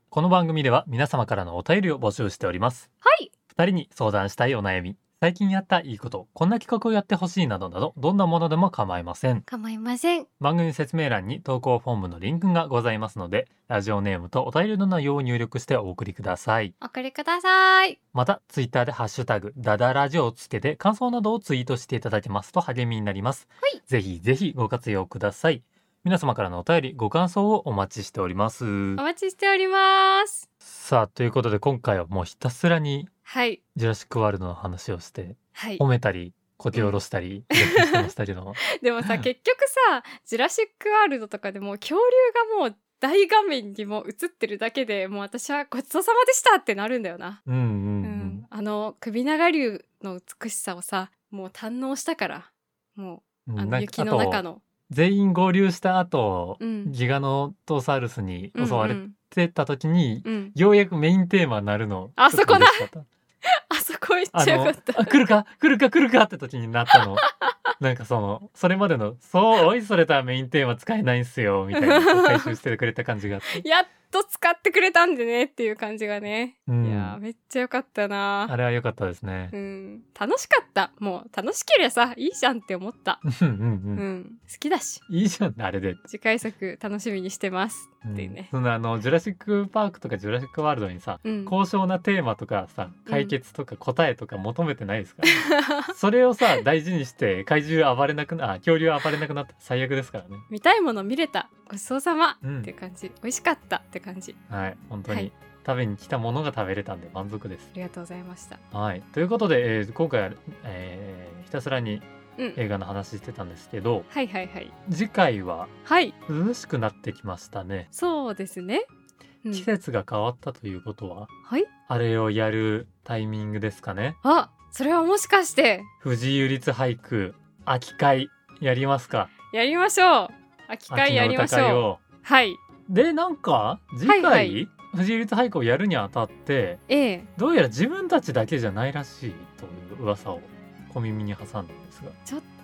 Speaker 2: この番組では皆様からのお便りを募集しております
Speaker 3: はい
Speaker 2: 2人に相談したいお悩み最近やったいいことこんな企画をやってほしいなどなどどんなものでも構いません
Speaker 3: 構いません
Speaker 2: 番組説明欄に投稿フォームのリンクがございますのでラジオネームとお便りの内容を入力してお送りください
Speaker 3: お送りください
Speaker 2: またツイッターでハッシュタグダダラジオをつけて感想などをツイートしていただけますと励みになります、
Speaker 3: はい
Speaker 2: ぜひぜひご活用ください皆様からのお便りご感想をお待ちしております
Speaker 3: お待ちしております
Speaker 2: さあということで今回はもうひたすらに
Speaker 3: はい
Speaker 2: ジュラシックワールドの話をして
Speaker 3: はい
Speaker 2: 褒めたりこき下ろしたりしてました
Speaker 3: <laughs>
Speaker 2: けど
Speaker 3: でもさ結局さ「ジュラシック・ワールド」とかでもう恐竜がもう大画面にもう映ってるだけでもう私はごちそうさまでしたってなるんだよな
Speaker 2: うんうん
Speaker 3: う
Speaker 2: うんん、
Speaker 3: あの首長竜の美しさをさもう堪能したからも
Speaker 2: うん
Speaker 3: うあ
Speaker 2: な
Speaker 3: の
Speaker 2: んか
Speaker 3: 雪の中
Speaker 2: あと
Speaker 3: の
Speaker 2: 全員合流した後、
Speaker 3: うん
Speaker 2: ギガノトサウルスに襲わ
Speaker 3: う
Speaker 2: れ
Speaker 3: ん
Speaker 2: てた時に、
Speaker 3: うんうん
Speaker 2: ようやくメインテーマになるの
Speaker 3: あそこだ
Speaker 2: ちょっと嬉しかった
Speaker 3: あそこ行っ
Speaker 2: あ
Speaker 3: ちゃよ
Speaker 2: の
Speaker 3: かった
Speaker 2: あ来るか来るか来るかって時になったの
Speaker 3: <laughs>
Speaker 2: なんかそのそれまでの「そうおいそれたメインテーマ使えないんすよ」みたいなこう回収してくれた感じがあって、
Speaker 3: やっと使ってくれたんでねっていう感じがね、
Speaker 2: う
Speaker 3: いやー
Speaker 2: ん、
Speaker 3: めっちゃよかった
Speaker 2: あ
Speaker 3: な
Speaker 2: れは良かったですね
Speaker 3: う。ん楽しかったもう楽しければさいいじゃんって思った
Speaker 2: <laughs> うんうん
Speaker 3: う
Speaker 2: うん
Speaker 3: ん好きだし
Speaker 2: いいじゃんあれで、
Speaker 3: 次回作楽しみにしてます
Speaker 2: うん
Speaker 3: っていうね
Speaker 2: そのあのジュラシック・パークとかジュラシック・ワールドにさ
Speaker 3: うん
Speaker 2: 高尚なテーマとかさ解決とか答えとか求めてないで
Speaker 3: <laughs>
Speaker 2: すから、それをさ大事にして怪獣暴れなくなあ恐竜暴れなくなったら最悪ですからね
Speaker 3: 見たいもの見れたごちそうさま
Speaker 2: うん
Speaker 3: っていう感じ、美味しかったって感じ
Speaker 2: はい本当に、
Speaker 3: はい
Speaker 2: 食べに来たものが食べれたんで満足です
Speaker 3: ありがとうございました
Speaker 2: はいということで、えー今回は、えーひたすらに
Speaker 3: うん
Speaker 2: 映画の話してたんですけど
Speaker 3: はいはいはい
Speaker 2: 次回は
Speaker 3: はい
Speaker 2: 涼しくなってきましたね
Speaker 3: そうですね、うん
Speaker 2: 季節が変わったということは
Speaker 3: はい
Speaker 2: あれをやるタイミングですかね
Speaker 3: あそれはもしかして
Speaker 2: 藤井由立俳句秋会やりますか
Speaker 3: いやりましょう秋会やりまし
Speaker 2: 秋の
Speaker 3: ょう
Speaker 2: 歌会を
Speaker 3: はい
Speaker 2: でなんか次回、
Speaker 3: はいはい
Speaker 2: 藤井流俳句をやるにあたって
Speaker 3: ええ
Speaker 2: どうやら自分たちだけじゃないらしいという噂を小耳に挟んだんですが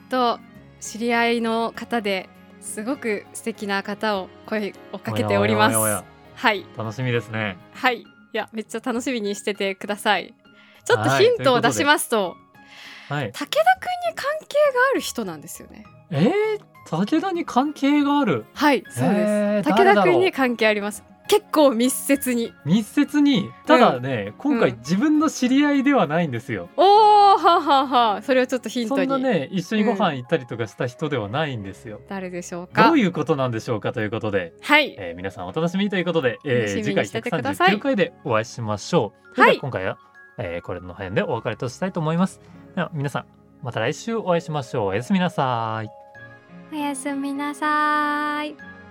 Speaker 3: と知り合いの方ですごく素敵な方を声をかけております
Speaker 2: やおやおや
Speaker 3: はい
Speaker 2: 楽しみですね
Speaker 3: はいいやめっちゃ楽しみにしててくださいちょっと
Speaker 2: はい
Speaker 3: ヒント
Speaker 2: というこ
Speaker 3: を
Speaker 2: とで
Speaker 3: 出しますと
Speaker 2: は
Speaker 3: 武
Speaker 2: い
Speaker 3: 田くんに関係がある人なんですよね
Speaker 2: えー、武田に関係がある
Speaker 3: はいそうです、
Speaker 2: えー
Speaker 3: 武
Speaker 2: 誰
Speaker 3: 田
Speaker 2: だろ
Speaker 3: く
Speaker 2: うん
Speaker 3: に関係あります結構密接に
Speaker 2: 密接にただね、今回
Speaker 3: うん
Speaker 2: 自分の知り合いではないんですよ、
Speaker 3: おおはあはあはあそれをちょっとヒント
Speaker 2: そ
Speaker 3: に
Speaker 2: んなね一緒にご飯行ったりとかした人ではないんですよ、
Speaker 3: 誰でしょうか
Speaker 2: どういうことなんでしょうかということで、
Speaker 3: はい
Speaker 2: えー皆さんお楽しみということで、えー
Speaker 3: 楽しみに
Speaker 2: 次回
Speaker 3: しててください
Speaker 2: 139回でお会いしましょう、そ
Speaker 3: はい
Speaker 2: れでは今回は、えーこれの辺でお別れとしたいと思いますでは皆さんまた来週お会いしましょうおやすみなさい
Speaker 3: おやすみなさーい